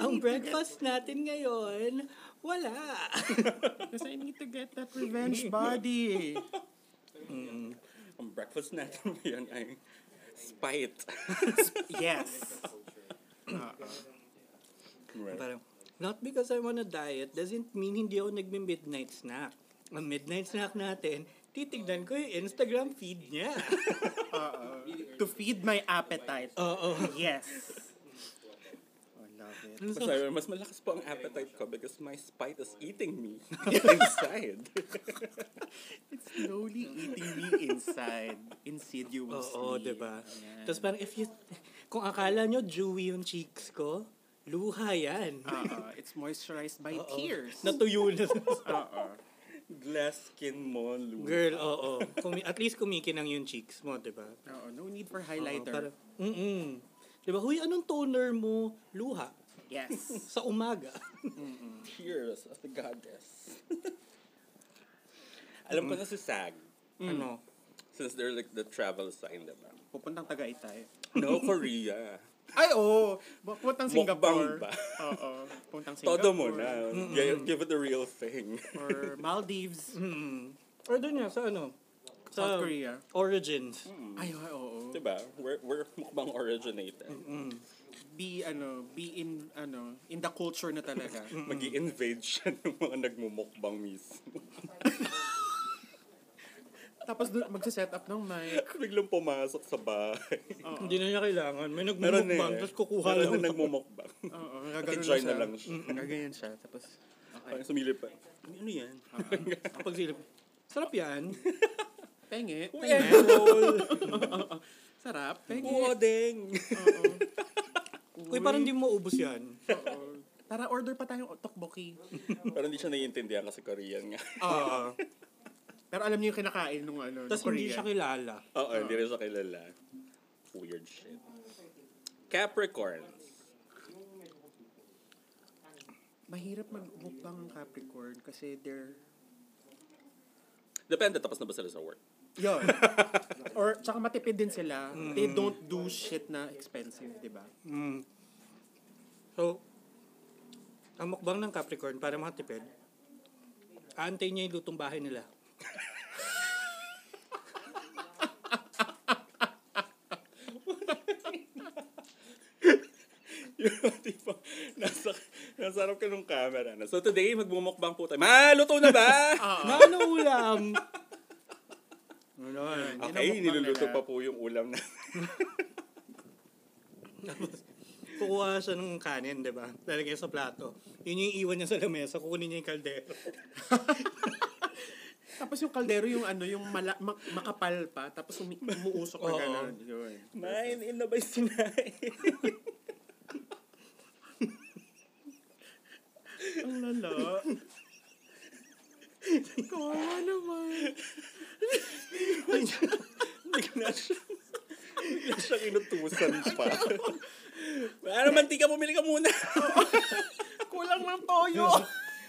Speaker 5: Ang breakfast natin ngayon, wala.
Speaker 4: Because I need to get that revenge body.
Speaker 3: Ang breakfast natin ngayon ay spite.
Speaker 4: (laughs) yes.
Speaker 3: right.
Speaker 5: Parang, not because I'm on a diet doesn't mean hindi ako nagmi-midnight snack. Ang midnight snack natin, titignan ko yung Instagram feed
Speaker 4: (laughs)
Speaker 5: niya.
Speaker 4: To feed my appetite.
Speaker 5: Oo.
Speaker 4: Yes. Oh, I love it.
Speaker 3: Mas, mas malakas po ang appetite ko because my spite is eating (laughs) me inside.
Speaker 4: Slowly eating me inside. Insidiously.
Speaker 5: Oo, di
Speaker 3: diba?
Speaker 5: ba? Tapos parang, if you, kung akala nyo dewy yung cheeks ko, luha yan.
Speaker 4: Oo, Uh-uh. it's moisturized by tears. Uh-uh. (laughs)
Speaker 5: Natuyo na.
Speaker 3: Glass skin mo, Lou.
Speaker 5: Girl, oo. Kumi- at least kumikinang yung cheeks mo, diba? di ba?
Speaker 4: Oo, Uh-uh. no need for
Speaker 5: Oo,
Speaker 4: highlighter.
Speaker 5: parang, Mm-mm. Di ba, Diba, huy, anong toner mo? Luha.
Speaker 3: (laughs)
Speaker 4: yes.
Speaker 5: Sa umaga.
Speaker 3: Tears of the goddess. (laughs) Alam ko na si Sag.
Speaker 4: Hmm.
Speaker 5: Ano?
Speaker 3: Since they're like the travel sign, diba? (laughs)
Speaker 4: Pupuntang Tagaytay.
Speaker 3: No, Korea.
Speaker 4: Ay, oo. Oh, puntang Singapore.
Speaker 3: Mukbang ba?
Speaker 4: (laughs) Oo. Puntang Singapore.
Speaker 3: Todo mo na. Gi- Give it the real thing.
Speaker 4: Or
Speaker 3: (laughs)
Speaker 4: Maldives.
Speaker 3: Hmm.
Speaker 5: Or doon niya, sa ano?
Speaker 3: Oh.
Speaker 4: South Korea.
Speaker 5: Origins.
Speaker 4: Ay, ay, oo.
Speaker 3: diba? Where, where mukbang originated?
Speaker 4: Be, ano, be in, ano, in the culture na
Speaker 3: (laughs)
Speaker 4: talaga.
Speaker 3: mag invade siya ng mga nagmumukbang mismo.
Speaker 4: Tapos doon, magsiset up ng mic.
Speaker 3: Biglang pumasok sa bahay.
Speaker 5: Hindi na niya kailangan. May
Speaker 3: Meron eh.
Speaker 5: nagmumukbang, tapos kukuha
Speaker 3: Meron
Speaker 5: lang.
Speaker 3: na nagmumukbang.
Speaker 4: Oo,
Speaker 3: Nag-enjoy Ah, na lang siya. Mm.
Speaker 4: Gagayan siya. Tapos,
Speaker 3: Parang sumilip pa. Ano yan?
Speaker 5: Kapag silip, Ah, sarap yan.
Speaker 4: penge. (laughs)
Speaker 3: Enroll!
Speaker 4: Sarap. Penge.
Speaker 3: Odeng!
Speaker 5: Uy, parang di mo maubos yan.
Speaker 4: Tara, order pa tayong tokboki.
Speaker 3: Pero hindi siya naiintindihan kasi Korean nga. (laughs)
Speaker 5: Oo.
Speaker 4: Pero alam niyo yung kinakain nung, ano,
Speaker 5: Tapos
Speaker 4: nung
Speaker 5: hindi siya
Speaker 4: Korea.
Speaker 5: kilala.
Speaker 3: Oo, hindi rin siya kilala. Weird shit. Capricorns.
Speaker 4: Mahirap mag-mukbang ng Capricorn kasi they're
Speaker 3: Depende, tapos na ba sila sa work? (laughs)
Speaker 4: Yun. (laughs) Mm. Or, tsaka matipid din sila. They don't do shit na expensive, di ba?
Speaker 5: So, ang mukbang ng Capricorn para makatipid, aantay niya yung lutong bahay nila.
Speaker 3: Yung tipo, nasa, nasa harap ka ng camera. Na. So today, magmumukbang po tayo. Ma, luto na ba?
Speaker 5: Na ano
Speaker 3: (laughs)
Speaker 5: ulam?
Speaker 3: okay, niluluto pa po yung ulam na.
Speaker 5: Kukuha siya ng kanin, di ba? Lalagay sa plato. Yun yung iwan niya sa lamesa, kukunin niya yung kaldero.
Speaker 4: Tapos yung kaldero, yung ano, yung mala- mak- makapal pa, tapos umi- umuusok na
Speaker 5: Oo.
Speaker 4: gano'n.
Speaker 3: Main, in na ba yung sinain?
Speaker 4: Ang lala. Kawawa naman.
Speaker 3: Bigla siya. Bigla siya kinutusan pa. (laughs) Ano, mantika, bumili ka muna.
Speaker 4: Kulang ng toyo.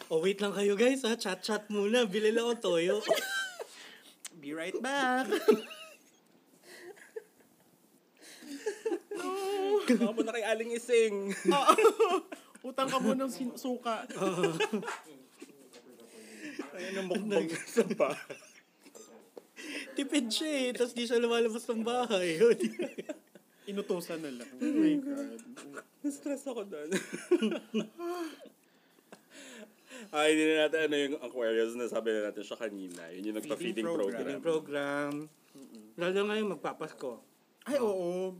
Speaker 5: oh, wait lang kayo guys ha. Chat-chat muna. Bili lang ako toyo.
Speaker 4: Be right back.
Speaker 3: Baka mo na kay Aling Ising.
Speaker 4: Utang ka muna ng sin- suka.
Speaker 3: Ayun ang mukbang sa pa.
Speaker 5: Tipid siya eh. Tapos di siya lumalabas ng bahay. (laughs) O, di-
Speaker 4: (laughs) Inutusan na lang. Oh my God.
Speaker 3: Stress ako doon. (laughs) Ay, hindi na natin ano yung Aquarius na sabi na natin siya kanina. Yun yung nagpa-feeding
Speaker 4: Feeding
Speaker 3: program.
Speaker 5: Yung program. Lalo ngayon magpapasko.
Speaker 4: Ay, oo.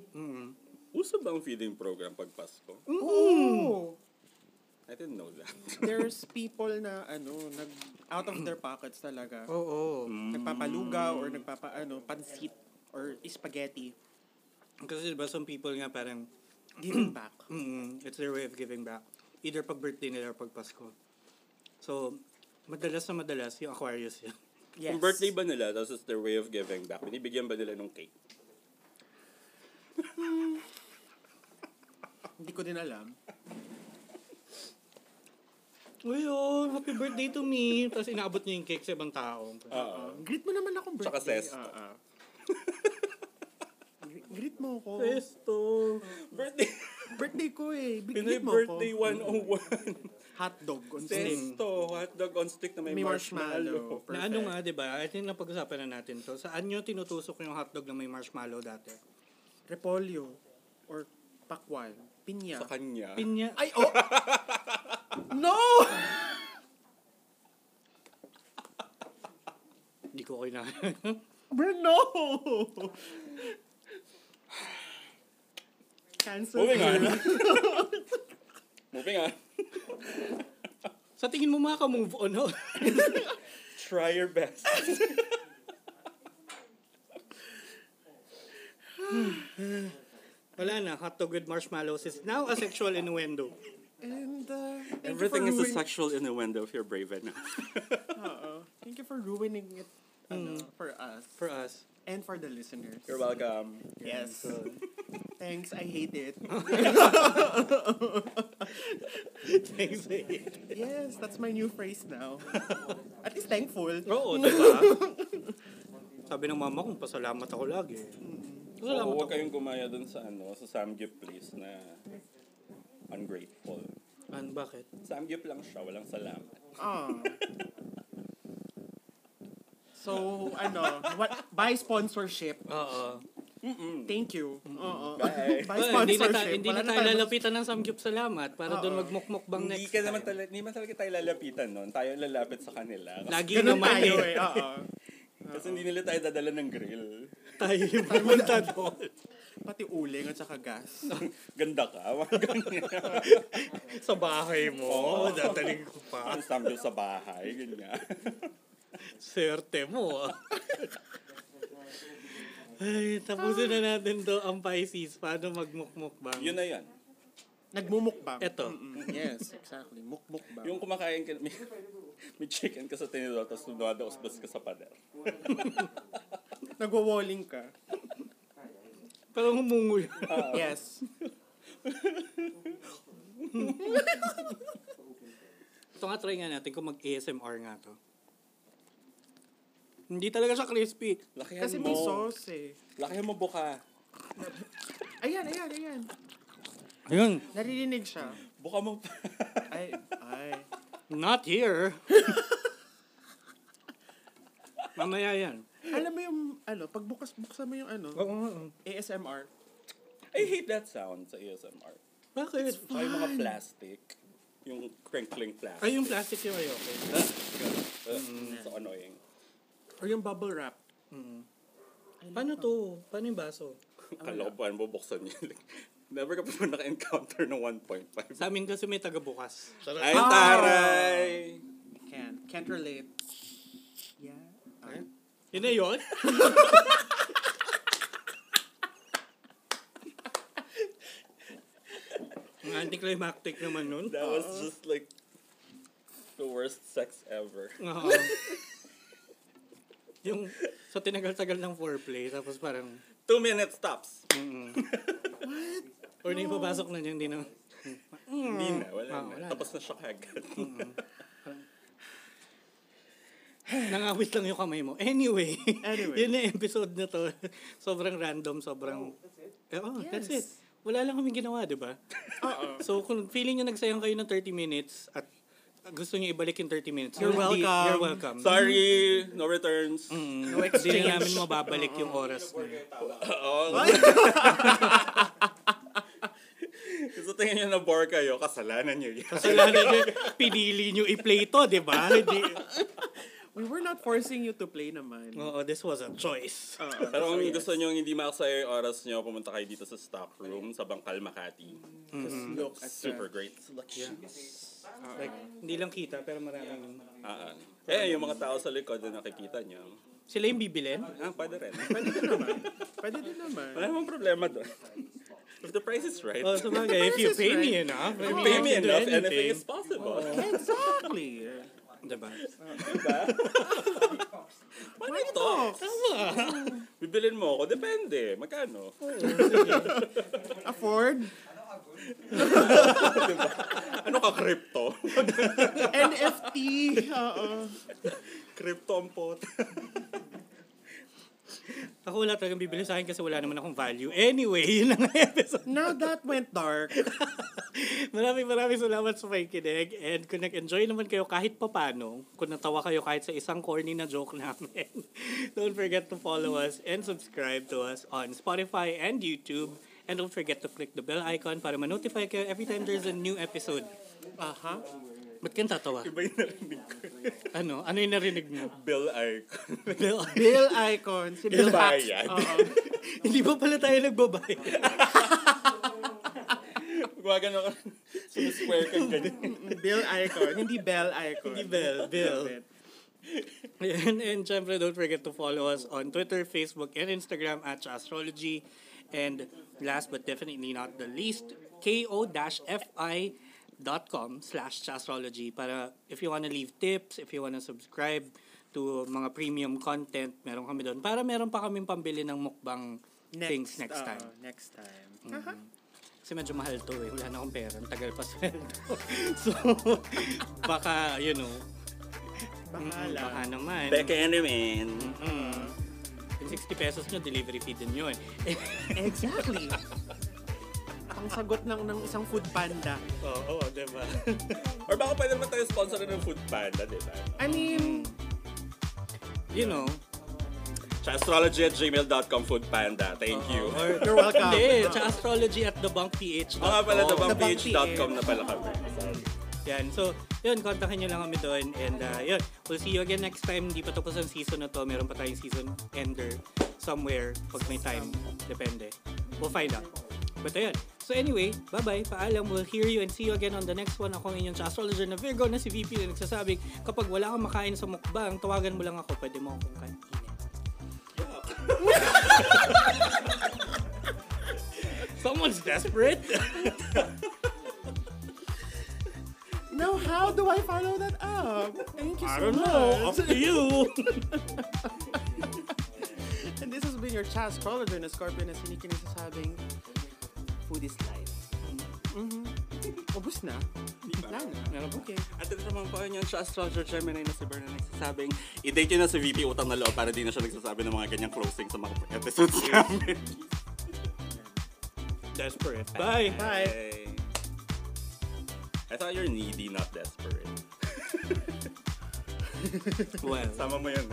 Speaker 3: Uso ba ang feeding program pag Pasko?
Speaker 4: Oo.
Speaker 3: I didn't know that.
Speaker 4: Oh, There's people na, ano, nag, out of their pockets talaga.
Speaker 5: Oo.
Speaker 3: Mm.
Speaker 4: Nagpapalugaw or nagpapaano, pansit or spaghetti.
Speaker 5: Kasi diba some people nga parang,
Speaker 4: (clears throat) Giving
Speaker 5: (clears throat)
Speaker 4: back.
Speaker 5: mm, it's their way of giving back. Either pag birthday nila or pag Pasko. So, madalas na madalas yung Aquarius yun. (laughs)
Speaker 4: Yes.
Speaker 3: Yung birthday ba nila, tapos it's their way of giving back. Binibigyan ba nila ng cake?
Speaker 4: Hindi ko din alam.
Speaker 5: Uy, oh, happy birthday to me. Tapos inaabot niya yung cake sa ibang tao.
Speaker 4: Oh.
Speaker 3: Oo.
Speaker 4: Uh-uh. Greet mo naman akong birthday.
Speaker 3: Tsaka sesto.
Speaker 4: Ah, ah. Gre- Greet mo ko.
Speaker 5: Pesto.
Speaker 4: (laughs)
Speaker 3: Birthday!
Speaker 4: Birthday ko eh. Big
Speaker 3: Pinoy
Speaker 4: greet mo
Speaker 3: birthday
Speaker 4: ko.
Speaker 3: 101.
Speaker 4: Hotdog on steak.
Speaker 3: Sesto, hotdog on stick na may,
Speaker 4: May
Speaker 3: marshmallow.
Speaker 4: marshmallow.
Speaker 5: Na
Speaker 4: Perfect.
Speaker 5: ano nga, di ba? I think napag-usapan na natin to. Saan nyo tinutusok yung hotdog na may marshmallow dati?
Speaker 4: Repolyo. Or pakwan. Pinya.
Speaker 3: Sa kanya.
Speaker 5: Pinya. Ay,
Speaker 4: oh! no!
Speaker 5: (laughs)
Speaker 4: (laughs)
Speaker 5: Hindi ko okay na.
Speaker 4: Bro,
Speaker 3: (laughs)
Speaker 4: no! Cancel.
Speaker 3: Moving (laughs) on. Moving on.
Speaker 5: sa tingin mo makaka-move on, no? (laughs)
Speaker 3: Try your best.
Speaker 5: Wala na. Hotdog with marshmallows is now a sexual innuendo.
Speaker 4: And, uh, thank
Speaker 3: Everything
Speaker 4: you
Speaker 3: is
Speaker 4: for
Speaker 3: a
Speaker 4: ruin-
Speaker 3: sexual innuendo if you're brave enough.
Speaker 4: Oo. Thank you for ruining it ano, for us.
Speaker 5: For us. (laughs)
Speaker 4: and for the listeners.
Speaker 3: You're welcome.
Speaker 4: Yes. (laughs) Thanks, I hate it.
Speaker 5: Thanks, eh.
Speaker 4: yes, that's my new phrase now. At least thankful.
Speaker 5: Oo, diba? di ba? (laughs) Sabi ng mama ko, pasalamat ako lagi.
Speaker 3: So,
Speaker 5: Pasalamat
Speaker 3: huwag
Speaker 5: ako.
Speaker 3: kayong gumaya dun sa ano, sa Samgyup please na ungrateful.
Speaker 5: Ano, bakit?
Speaker 3: Samgyup lang siya, walang salamat.
Speaker 4: Ah. So, ano, what, buy sponsorship.
Speaker 5: Oo.
Speaker 4: Thank you. Oo.
Speaker 3: Bye.
Speaker 4: Buy
Speaker 5: Well, hindi na, ta-
Speaker 4: sponsorship.
Speaker 5: hindi na
Speaker 4: Wala
Speaker 5: tayo
Speaker 4: tayong-
Speaker 5: lalapitan ng Samgyup Salamat para doon magmukmukbang
Speaker 3: Hindi
Speaker 5: next
Speaker 3: ka
Speaker 5: time.
Speaker 3: naman talaga, hindi man talaga tayo lalapitan nun. Tayo ang lalapit sa kanila. Kasi,
Speaker 5: Lagi
Speaker 4: Ganun
Speaker 5: naman
Speaker 4: tayo
Speaker 5: eh.
Speaker 4: eh. Oo.
Speaker 3: kasi hindi nila tayo dadala ng grill.
Speaker 5: Tayo yung (laughs) pumunta doon.
Speaker 4: Pati uling at saka gas.
Speaker 3: Ganda ka. (laughs) mga ganyan.
Speaker 5: (laughs) Sa bahay mo. Dadaling ko pa.
Speaker 3: Ang Samgyup sa bahay, ganyan.
Speaker 5: Swerte mo. ah. (laughs) Ay, tapusin na natin to ang Pisces. Paano magmukmukbang?
Speaker 3: Yun na yan.
Speaker 4: Nagmumukbang.
Speaker 5: Eto.
Speaker 4: Mm-mm. Yes, exactly. Mukmukbang.
Speaker 3: Yung kumakain ka, may, (laughs) may chicken ka sa tinidor, tapos dumadaos-dos ka sa pader.
Speaker 4: Nagwa-walling ka.
Speaker 5: Parang humungo yun.
Speaker 4: Yes.
Speaker 5: Ito nga, try nga natin kung mag-ASMR nga to. Hindi talaga siya crispy.
Speaker 3: Lakihan
Speaker 4: Kasi
Speaker 3: mo.
Speaker 4: may sauce eh.
Speaker 3: Lakihan mo buka.
Speaker 4: Ayan, ayan, ayan.
Speaker 5: Ayun.
Speaker 4: Naririnig siya.
Speaker 3: Buka mo pa. (laughs)
Speaker 4: Ay, ay.
Speaker 5: Not here. (laughs) Mamaya yan.
Speaker 4: Alam mo yung, ano, pag bukas, buksan mo yung, ano, ASMR.
Speaker 3: I hate that sound sa ASMR.
Speaker 5: Bakit?
Speaker 3: Tsaka yung mga plastic. Yung crinkling plastic.
Speaker 5: Ay, yung plastic yung ayoko.
Speaker 3: Ah, ganun. Ah, So annoying.
Speaker 4: Or yung bubble wrap.
Speaker 5: Paano to? Paano yung baso?
Speaker 3: Kala ko paano bubuksan yun. Like, (laughs) Never ka pa naka-encounter ng 1.5.
Speaker 5: Sa amin kasi may taga-bukas.
Speaker 3: Ay,
Speaker 5: Ah!
Speaker 3: taray!
Speaker 4: Can't, can't relate. Yeah. Ay.
Speaker 5: Yun na yun? (laughs) Ang anticlimactic naman nun.
Speaker 3: That was just like the worst sex ever.
Speaker 5: Oo. yung sa tinagal-tagal ng foreplay, tapos parang,
Speaker 3: Two minutes tops.
Speaker 5: or na yung papasok na niya, hindi na.
Speaker 3: Hindi na, wala
Speaker 5: Ah,
Speaker 3: na.
Speaker 5: wala na.
Speaker 3: Tapos na siya kagad.
Speaker 5: Nangawit lang yung kamay mo. Anyway,
Speaker 4: Anyway.
Speaker 5: (laughs) yun na yung episode na to. (laughs) Sobrang random, sobrang... Eh, oh, that's it. Wala lang kaming ginawa, di ba? So, kung feeling nyo nagsayang kayo ng 30 minutes at gusto nyo ibalik yung 30 minutes,
Speaker 4: You're
Speaker 5: hindi-
Speaker 4: welcome.
Speaker 5: You're welcome.
Speaker 3: Sorry, no returns. (laughs)
Speaker 5: No exchange. Hindi na namin mababalik yung oras na yun.
Speaker 3: Oh. (laughs) Kasi tingin nyo na bore kayo, kasalanan nyo yan.
Speaker 5: Kasalanan nyo, pinili nyo i-play to, di ba? Hindi.
Speaker 4: We were not forcing you to play naman.
Speaker 5: Oo, this was a choice.
Speaker 3: Pero kung gusto nyo hindi makasaya yung oras nyo, pumunta kayo dito sa stock room sa Bangkal, Makati.
Speaker 4: Just look at
Speaker 3: Super great.
Speaker 5: Like, hindi lang kita, pero maraming...
Speaker 3: Ah, ah. eh, yung mga tao sa likod na nakikita nyo,
Speaker 5: Sila yung bibilin?
Speaker 3: ah, pwede rin.
Speaker 4: Pwede din naman. (laughs) Pwede din naman.
Speaker 3: Wala namang problema doon. If the price is right,
Speaker 5: Oh, sabagay, if you pay me enough, I mean,
Speaker 3: pay
Speaker 5: I
Speaker 3: me
Speaker 5: can do
Speaker 3: enough, anything
Speaker 5: anything.
Speaker 3: is possible.
Speaker 4: Oh. Exactly.
Speaker 5: Diba?
Speaker 4: Why talk?
Speaker 3: Bibilin mo ako, depende. Magkano?
Speaker 4: Afford?
Speaker 3: Ano ka, crypto?
Speaker 4: NFT. Oo.
Speaker 3: crypto ang pot. (laughs)
Speaker 5: Ako wala talagang bibili sa akin kasi wala naman akong value. Anyway, (laughs) yun lang ang episode.
Speaker 4: Now that went dark.
Speaker 5: Maraming maraming salamat sa pakikinig. And kung nag-enjoy naman kayo kahit papano, kung natawa kayo kahit sa isang corny na joke namin, (laughs) don't forget to follow us and subscribe to us on Spotify and YouTube. And don't forget to click the bell icon para ma-notify kayo every time there's a new episode.
Speaker 4: Aha.
Speaker 5: Ba't kang tatawa?
Speaker 3: Iba yung narinig ko.
Speaker 5: Ano? Ano yung narinig mo?
Speaker 3: Bill icon.
Speaker 5: Bell
Speaker 4: Bill icon. Si Bill Hacks.
Speaker 3: Bayad. (laughs)
Speaker 4: Oo.
Speaker 5: Hindi pa pala tayo nagbabayad.
Speaker 3: Gumagano ka. ano, Sumusquare kang (laughs) ganyan.
Speaker 4: Bill icon. Hindi bell icon.
Speaker 5: Hindi bell, bill.
Speaker 4: Love it.
Speaker 5: (laughs) And, and syempre, don't forget to follow us on Twitter, Facebook, and Instagram at Siya Astrology. And last but definitely not the least, ko-fi.com slash Siya astrology para if you wanna leave tips, if you wanna subscribe to mga premium content, meron kami doon. Para meron pa kaming pambili ng mukbang things next uh,
Speaker 4: oo,
Speaker 5: time.
Speaker 4: next time. Aha.
Speaker 5: Kasi medyo mahal to eh. Wala na akong pera. Ang tagal pa sweldo. (laughs) so, baka, you know,
Speaker 4: Bahala.
Speaker 5: baka naman.
Speaker 3: Enderman.
Speaker 5: Yung 60 pesos nyo, delivery fee din yun. (laughs)
Speaker 4: Exactly. Ang sagot lang ng isang food panda.
Speaker 5: Oo, oh, diba?
Speaker 3: (laughs) Or baka pwede naman tayo sponsor ng Food Panda, diba? di ba?
Speaker 4: I mean,
Speaker 5: you know.
Speaker 3: Sa astrology at gmail.com Food Panda. Thank you.
Speaker 5: Or,
Speaker 4: you're welcome.
Speaker 5: hindi, sa astrology at thebunkph.com.
Speaker 3: Mga pala,
Speaker 4: thebunkph.com
Speaker 3: thebunkph.com na pala kami.
Speaker 5: Yan. So, yun, kontakin nyo lang kami doon. And, uh, yun, we'll see you again next time. Hindi pa tapos ang season na to. Meron pa tayong season ender somewhere pag may time. Depende. We'll find out. But, ayun. So, anyway, bye-bye. Paalam. We'll hear you and see you again on the next one. Ako ang inyong astrologer na Virgo na si VP na nagsasabi, kapag wala kang makain sa mukbang, tawagan mo lang ako. Pwede mo akong kainin. (laughs) Someone's desperate.
Speaker 4: now how do I follow that up? Thank you so
Speaker 5: I don't
Speaker 4: much.
Speaker 5: know. Up to you.
Speaker 4: And this has been your chat astrologer na Scorpio na sinikin nagsasabing, food is life. Mm-hmm. Ubus na. Wala na.
Speaker 5: Meron pa?
Speaker 4: Okay.
Speaker 3: At ito naman po yun yung sa astrologer Gemini na si Bern na nagsasabing, i-date yun na si VP utang na loob para di na siya nagsasabi ng mga ganyang closing sa mga episodes namin.
Speaker 5: (laughs) Desperate. Bye.
Speaker 4: Bye.
Speaker 3: Bye. I thought you're needy, not (laughs) desperate.
Speaker 5: (laughs) Well,
Speaker 3: Sama mo yun.